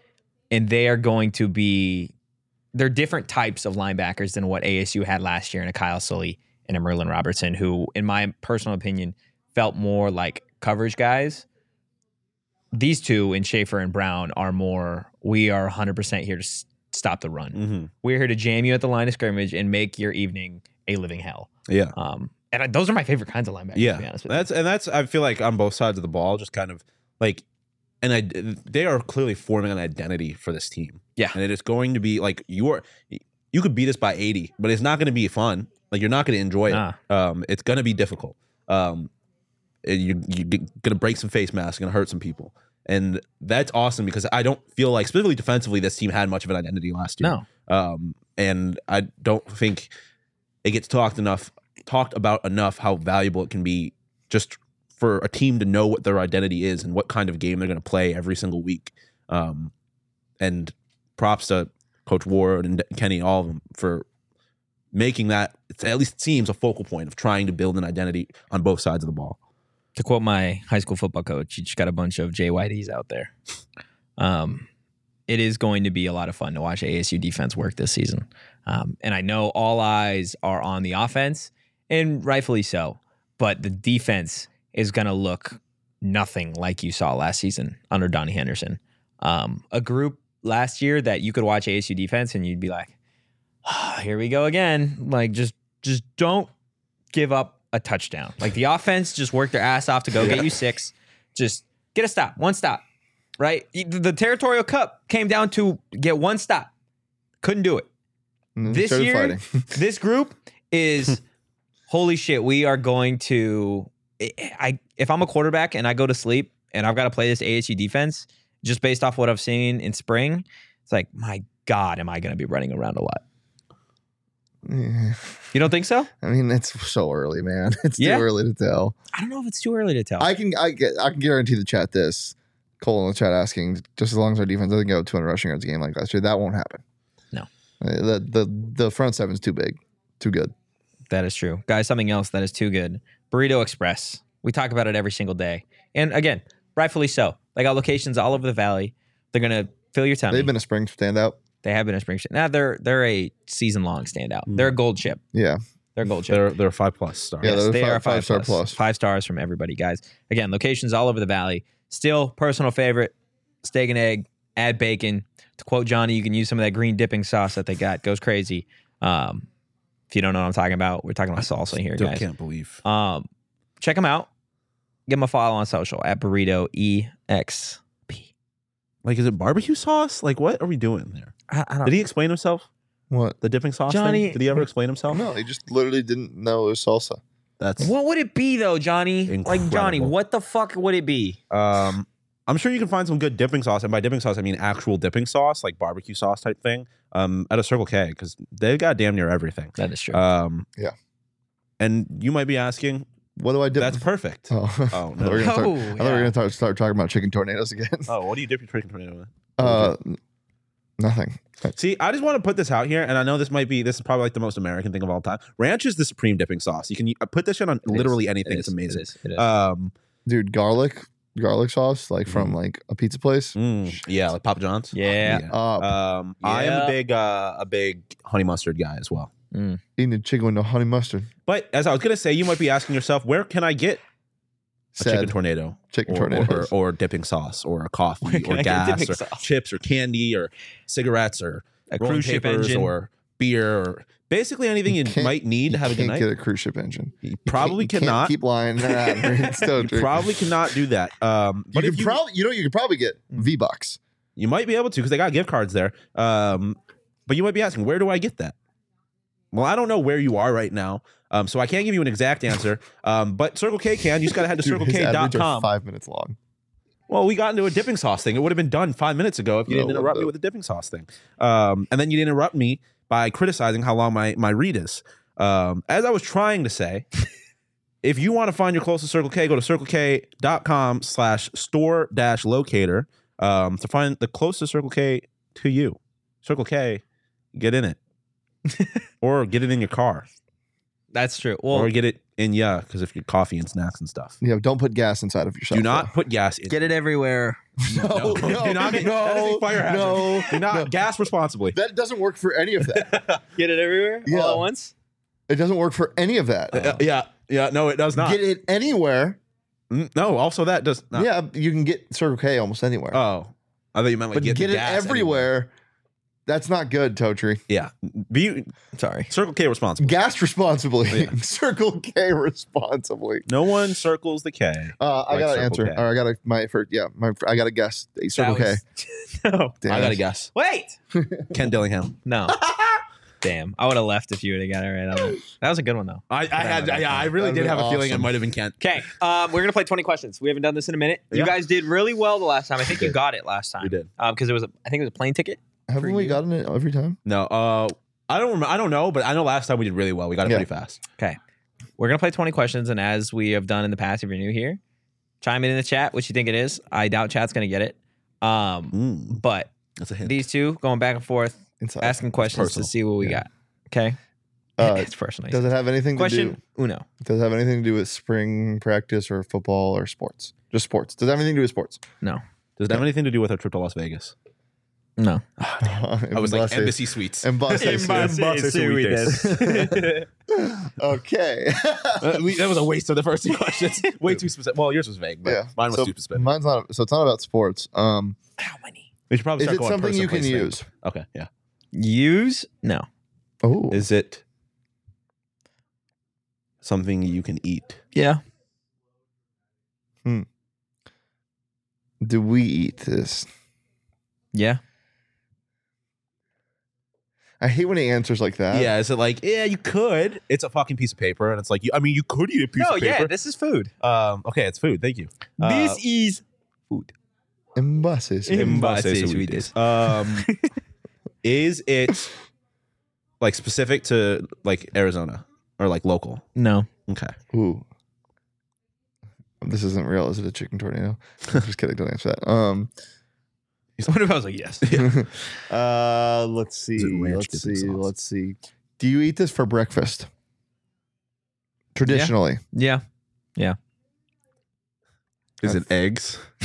and they are going to be they're different types of linebackers than what ASU had last year in a Kyle Sully and a Merlin Robertson, who, in my personal opinion, felt more like coverage guys. These two in Schaefer and Brown are more, we are 100% here to s- stop the run.
Mm-hmm.
We're here to jam you at the line of scrimmage and make your evening a living hell.
Yeah.
Um, and I, those are my favorite kinds of linebackers,
yeah,
to be honest with
that's and that's I feel like on both sides of the ball, just kind of like, and I they are clearly forming an identity for this team.
Yeah.
and it is going to be like you are, you could beat us by eighty, but it's not going to be fun. Like you're not going to enjoy
you.
it.
Nah.
Um, it's going to be difficult. Um, and you you're going to break some face masks, going to hurt some people, and that's awesome because I don't feel like specifically defensively this team had much of an identity last year.
No.
Um, and I don't think it gets talked enough, talked about enough how valuable it can be just for a team to know what their identity is and what kind of game they're going to play every single week. Um, and props to Coach Ward and Kenny, all of them, for making that, it at least seems, a focal point of trying to build an identity on both sides of the ball.
to quote my high school football coach, you just got a bunch of JYDs out there. Um, it is going to be a lot of fun to watch ASU defense work this season. Um, and I know all eyes are on the offense, and rightfully so, but the defense is going to look nothing like you saw last season under Donnie Henderson. Um, a group last year that you could watch ASU defense and you'd be like, "Ah, here we go again. Like, just, just don't give up a touchdown. Like the offense just worked their ass off to go get you six. Just get a stop, one stop, right? The, the territorial cup came down to get one stop. Couldn't do it.
And then they
This
started
year, this group is holy shit. We are going to. I- I if I'm a quarterback and I go to sleep and I've got to play this ASU defense just based off what I've seen in spring, it's like my god, am I going to be running around a lot?
Yeah.
You don't think so?
I mean, it's so early, man. It's
Yeah. Oh.
too early to tell.
I don't know if it's too early to tell.
I can I get I can guarantee the chat this. Cole in the chat asking, just as long as our defense doesn't go 200 rushing yards a game like last year, that won't happen.
No.
Uh, The the the front seven's too big, too good.
That is true. Guys, something else that is too good. Burrito Express. We talk about it every single day. And again, rightfully so. They got locations all over the valley. They're gonna fill your tummy.
They've been a spring standout.
they have been a spring. Now they're they're a season long standout.
Mm.
They're a gold chip.
Yeah.
They're a gold chip.
They're, they're a five plus star.
Yeah,
Yes,
they're
they
five-
are five,
five-star
star plus.
plus.
Five stars from everybody, guys. Again, locations all over the valley. Still personal favorite, steak and egg, add bacon. To quote Johnny, you can use some of that green dipping sauce that they got. Goes crazy. Um, if you don't know what I'm talking about, we're talking about salsa here,
Still
guys.
can't believe.
Um, check them out. Give them a follow on social at Burrito E EX.
Like, is it barbecue sauce? Like, what are we doing there?
I, I
Did he explain himself?
What?
The dipping sauce
Johnny-
thing? Did he ever explain himself?
No, Oh, they just literally didn't know it was salsa.
That's
what would it be though, Johnny? Like Johnny,
Incredible.
what the fuck would it be?
Um, I'm sure you can find some good dipping sauce, and by dipping sauce, I mean actual dipping sauce, like barbecue sauce type thing, um, at a Circle K because they've got damn near everything.
That is true.
Um,
Yeah.
And you might be asking,
What do I dip?
that's perfect.
oh,
Oh,
I thought we were gonna
no.
start,
Oh,
I thought we were
yeah.
gonna start, start talking about chicken tornadoes again.
oh, what do you dip your chicken tornado with?
Uh, nothing.
See, I just want to put this out here, and I know this might be this is probably like the most American thing of all time. Ranch is the supreme dipping sauce. You can uh, put this shit on
It is.
literally
It
anything.
is,
it's amazing.
It is, it is.
Um,
Dude, garlic, garlic sauce, like
Mm-hmm.
from like a pizza place.
mm, yeah, like Papa John's.
yeah.
Uh,
Um, I am
Yeah.
a big uh, a big honey mustard guy as well.
eating the chicken with no honey mustard.
But as I was gonna say, you might be asking yourself, where can I get a
Said.
chicken tornado,
Chicken
or, or,
tornadoes.
or dipping sauce, or a coffee,
Okay,
or gas,
dipping
or
sauce.
chips, or candy, or cigarettes, or
A
rolling
cruise ship
papers,
engine.
or beer, or basically anything you,
can't-
might need to
You
have a good
can't
night.
get a cruise ship engine.
you
You can't-
probably
you can't
cannot.
keep lying. around, dude. Still,
you
dude.
probably cannot do that. Um,
You
but
can
if you, Mm.
probably you know what you could probably get V bucks.
you might be able to because they got gift cards there. Um, but you might be asking, where do I get that? Well, I don't know where you are right now, um, so I can't give you an exact answer. Um, but Circle K can. You just gotta head to CircleK.com.
Five minutes long.
Well, we got into a dipping sauce thing. It would have been done five minutes ago if you
No,
didn't
it
interrupt me
wouldn't.
with the dipping sauce thing. Um, and then you didn't interrupt me by criticizing how long my, my read is. Um, as I was trying to say, if you want to find your closest Circle K, go to circlek.com slash store dash locator um, to find the closest Circle K to you. Circle K, get in it. or get it in your car.
That's true. Well,
or get it in yeah, because if your coffee and snacks and stuff.
Yeah, don't put gas inside of yourself.
Do not put gas in
get it everywhere.
No, no,
do not. that is a fire hazard.
no,
do not
no.
gas responsibly.
That doesn't work for any of that.
Get it everywhere
Yeah.
all at once.
It doesn't work for any of that.
Uh, yeah, yeah. No, it does not.
Get it anywhere.
Mm, No, also that does not.
Yeah, you can get Circle K almost anywhere.
Oh, I thought you meant like
but get,
the
it
gas
everywhere. That's not good, Totri.
anywhere. Yeah, be
Sorry.
Circle K responsible.
Gas responsibly.
Oh, Yeah.
Circle K responsibly.
No one circles the K.
Uh, I
Like
got to
Circle
answer.
K.
Or I got to my first. Yeah, my I got to guess. Circle K.
That was- no.
Damn
I gotta
it.
guess.
Wait.
Ken Dillingham.
No. Damn. I would have left if you would have got it right on. it. That was a good one though.
I, I had. Yeah, I really
That'd
did
be
have a feeling it
awesome.
might have been Kent.
Okay. Um, we're gonna play 20 questions. We haven't done this in a minute.
Yeah.
You guys did really well the last time. I think you got it last time.
We did.
Um, because it was a, I think it was a plane ticket.
Haven't
For
we
you.
gotten it every time?
No. Uh, I don't. Remember, I don't know, but I know last time we did really well. We got it
Yeah.
pretty fast.
We're gonna play 20 questions, and as we have done in the past, if you're new here, chime in in the chat what you think it is. I doubt chat's gonna get it. Um,
Mm,
but
that's a hint.
these two going back and forth,
Inside.
asking questions to
personal.
see what we
Yeah.
got. Okay.
Uh,
it's personal.
does it have anything to do?
Question uno.
Does it have anything to do with spring practice or football or sports? Just sports. Does it have anything to do with sports?
No.
Does it have anything to do with our trip to Las Vegas?
No.
I was like embassy suites.
Embassy. okay.
Uh, we- that was a waste of the first two questions. Way too specific. Well, yours was vague, but
Yeah.
mine was
So
too specific.
Mine's not. So it's not about sports. Um,
How many?
we should probably
is
start
it
going
something
person,
you can
place, thing.
use?
Okay, yeah.
Use? No.
Oh,
Is it something you can eat?
Yeah.
do we eat this?
Yeah.
I hate when he answers like that.
yeah, is it like yeah, you could? It's a fucking piece of paper, and it's like you, I mean, you could eat a piece
no,
of
yeah,
paper.
this is food.
um, okay, it's food. Thank you. Uh,
is food.
Embassy.
Em-
suites.
embassy
Embassy
suites.
suites.
Um, is it like specific to like Arizona or like local?
No.
Okay,
Ooh. This isn't real. Is it a chicken tornado? I'm just kidding. Don't answer that. Um,
What if I was like, yes?
uh, let's see.
Is it ranch
Let's
dipping
see.
sauce?
Let's see. Do you eat this for breakfast? Traditionally,
yeah.
is it eggs?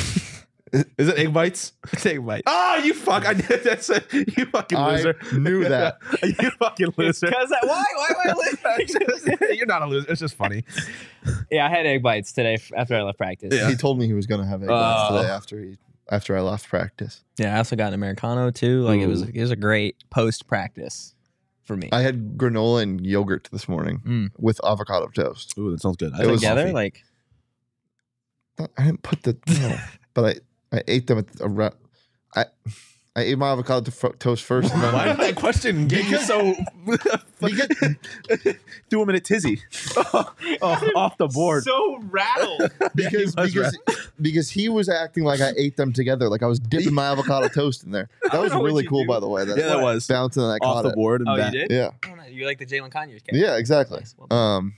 is it egg bites?
Take bite.
Ah, you fuck! I did that's it. You fucking
I
loser.
knew that.
you fucking loser.
Because why? Why would I lose?
You're not a loser. It's just funny.
yeah, I had egg bites today f- after I left practice.
Yeah. Uh.
he told me he was going to have egg bites today after he after I left practice.
Yeah, I also got an americano too. Like it was,
Ooh.
it was a great post practice for me.
I had granola and yogurt this morning
Mm.
with avocado toast.
Ooh, that sounds good.
It was-
Together,
coffee.
like
I didn't put the, no, but I I ate them at around. I I ate my avocado fro- toast first. And then
Why did that question get you so threw him in a tizzy? oh, off the board.
so rattled.
because
was
because, because he was acting like I ate them together, like I was dipping my avocado toast in there. That was
know what
really
you
cool,
do.
by the way. That
yeah, that was
bouncing and I
off
caught
the
it.
board. And
oh, you
back.
did?
Yeah,
Oh, no, You're like the Jalen Conyers kid.
yeah, exactly.
Nice.
Uh,
Well done.
Um,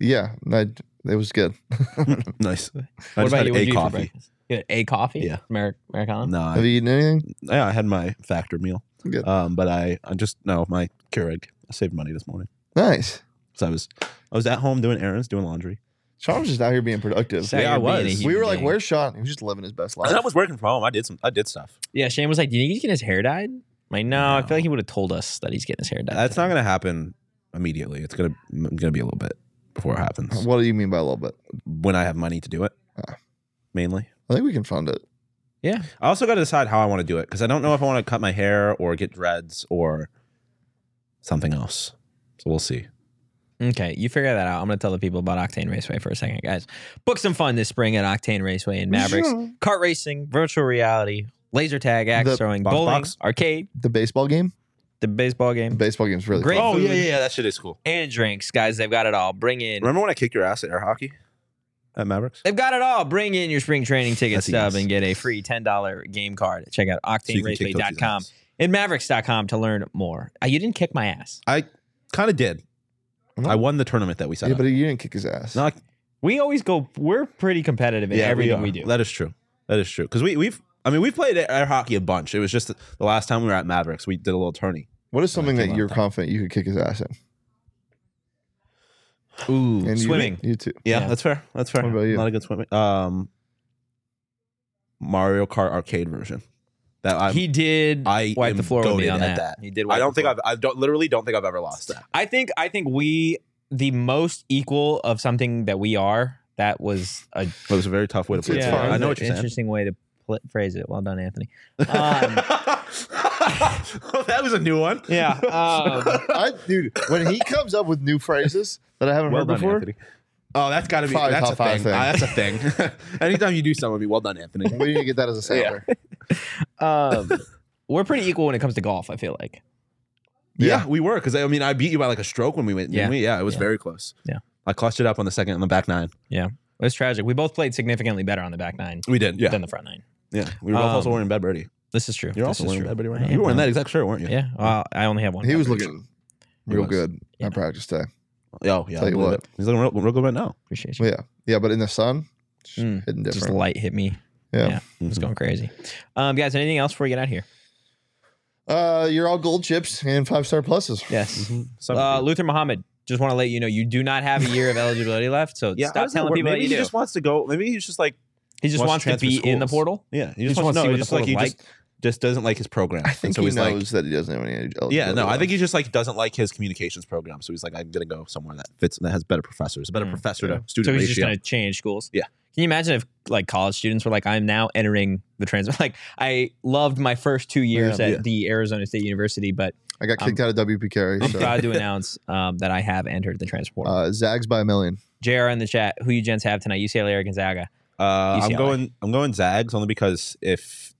yeah, and I, it was good.
Nice. I
What
just
about
had
you?
a
What
coffee.
You had a coffee?
Yeah.
Ameri- Americano?
No,
Have
I,
you eaten anything?
yeah, I had my factor meal.
Good.
Um, but I, I just no my Keurig. I saved money this morning
Nice.
so I was I was at home doing errands, doing laundry.
Sean was just out here being productive.
Sorry,
Yeah, I
you're being a
was.
human
We were like,
being.
"Where's Sean?" He was just living his best life.
And I was working from home. I did some. I did stuff.
Yeah, Shane was like, "Do you think he's getting his hair dyed?" I'm like, no, I
No.
feel like he would have told us that he's getting his hair dyed.
That's not going to happen immediately. It's going to going to be a little bit. before it happens.
Uh, What do you mean by a little bit?
When I have money to do it,
Ah.
mainly.
I think we can fund it.
Yeah.
I also got to decide how I want to do it because I don't know if I want to cut my hair or get dreads or something else. So we'll see.
Okay, you figure that out. I'm going to tell the people about Octane Raceway for a second, guys. Book some fun this spring at Octane Raceway in Mavericks. Kart racing, virtual reality, laser tag, axe
The
throwing,
box
bowling,
box?
arcade,
The baseball game.
the baseball
The
game,
baseball game's really
Great.
fun.
Oh, yeah, yeah,
that shit is cool.
and drinks, guys. They've got it all. Bring in.
Remember when I kicked your ass at air hockey at Mavericks?
They've got it all. Bring in your spring training ticket
That's a
stub
yes.
and get a free $10 game card. Check out
So you can kick Tootsy's
octaneraceway.com
ass.
and mavericks.com to learn more. Uh, you didn't kick my ass.
I kind of did.
No.
I won the tournament that we set
Yeah,
up.
but you didn't kick his ass.
No, I-
We always go, we're pretty competitive in everything
are.
we, do.
That is true. That is true. Because we, we've, I mean, we've played air hockey a bunch. It was just the last time we were at Mavericks, we did a little tourney.
what is something
I
that
came
you're
up with
confident you could kick his ass in?
Ooh,
And you-
swimming.
You, too.
Yeah,
Yeah.
that's fair. That's fair.
What about you?
Not a good swimmer. Um, Mario Kart arcade version. That I
he did
I
wipe
am
the floor with me
goated
on that.
at that.
He did. Wipe
I
the
don't think
floor.
I've I don't literally don't think I've ever lost that.
I think I think we the most equal of something that we are. That was a
It was a very tough way to play.
It's
it.
fine.
I know what you're saying.
Interesting way to pl- phrase it. Well done, Anthony. Um,
um,
that was a new one.
yeah, um,
I, dude, when he comes up with new phrases that I haven't
Well
heard
done,
before,
Anthony. Oh, that's got to be
Probably
that's a
top five
thing.
thing.
Ah, that's a thing. Anytime you do something, be well done, Anthony.
we need to get that as a sampler.
um, we're pretty equal when it comes to golf. I feel like.
Yeah,
Yeah.
we were because I mean I beat you by like a stroke when we went.
Yeah.
Yeah, we? yeah, it was
Yeah.
very close.
Yeah.
I clutched it up on the second on the back nine.
It was tragic. We both played significantly better on the back nine
We did. Yeah,
than the front nine.
yeah. We were both also
Um,
wearing bed birdie.
This is true.
You're
this
also
is
wearing
true.
bed birdie right
I
now.
am,
You were in
uh,
that exact shirt, weren't you?
Yeah. Well, I only have one.
He was
coverage.
looking real
was.
good
Yeah.
at practice day.
Oh yeah.
Tell
I
you
believe
what.
it. he's looking real, real good right now.
Appreciate you.
Yeah, yeah, but in the sun, it's
Hmm.
Mm.
hidden
Just
different.
light hit me.
yeah.
yeah. It was
Mm-hmm.
going crazy. Um, guys, anything else before we get out of here?
Uh, you're all gold chips and five star pluses.
Yes.
Some-
Uh, Luther Muhammad, just want to let you know you do not have a year of eligibility left. So
yeah, how
stop
does that
telling
work?
people
maybe
that you
he
do.
just wants to go. Maybe he's just like
he just wants, to
transfer
be in the
schools.
portal.
yeah. He
He
just, wants, to
see
no,
what
he
the
just like he
portal's
just just doesn't like his program.
I think
And so
he
he's
knows
like,
that he doesn't have any. eligibility
Yeah, no, I
left.
think he just like doesn't like his communications program, so he's like, I'm gonna go somewhere that fits that has better professors, better
Mm,
professor
yeah.
to student
So he's just
ratio.
going to change schools.
Yeah.
Can you imagine if like college students were like, I'm now entering the trans? Like, I loved my first two years
Yeah.
at
Yeah.
the Arizona State University, but
I got kicked out of WP Carey.
I'm
so,
proud to announce um, that I have entered the transfer portal.
uh, Zags by a million.
JR in the chat, who you gents have tonight? UCLA or Gonzaga?
uh, I'm
UCLA.
going, I'm going Zags only because if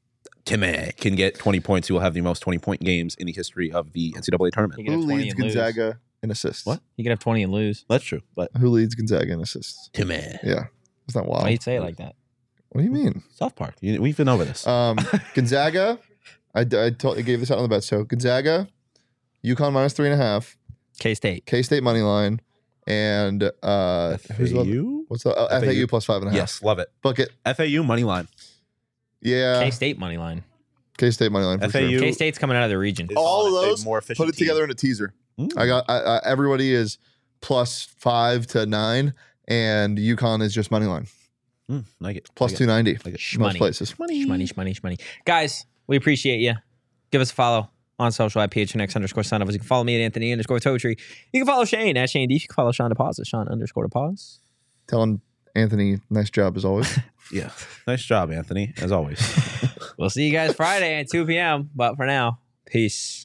Timmy can get 20 points, he will have the most 20 point games in the history of the NCAA
You
tournament.
get a
Who
20
leads
and lose.
Gonzaga in assists?
What?
He could have 20 and lose.
That's true, but
Who leads Gonzaga in assists?
Timmy,
Yeah, it's not wild.
Why'd you say it like that?
What do you mean?
South Park, You- we've been over this.
Um, Gonzaga. I, d- I told- I gave this out on the bet show. Gonzaga, UConn minus three and a half,
K State.
K State money line, and uh, who's the other-
FAU,
what's the oh,
FAU.
FAU plus five and a half?
yes, love it.
Bucket.
FAU money line.
Yeah,
K State money line.
K State money line for
FAU.
sure.
K State's coming out of the region.
is
All
on
of
a- a
those,
more efficient
Put it
team.
together in a teaser.
Mm.
I got I, I, everybody is plus five to nine, and UConn is just money line
Mm, like it.
plus
Like
two
it.
ninety.
Like it.
Most
Shmoney.
places.
Shmoney, shmoney, shmoney. Guys, we appreciate you. Give us a follow on social at PHNX underscore son of us. You can follow me at Anthony underscore Totri. You can follow Shane at Shane D. You can follow Sean to pause at Sean underscore to pause.
Telling Anthony, nice job as always.
Yeah, nice job, Anthony, as always.
We'll see you guys Friday at 2 p.m. But for now, peace.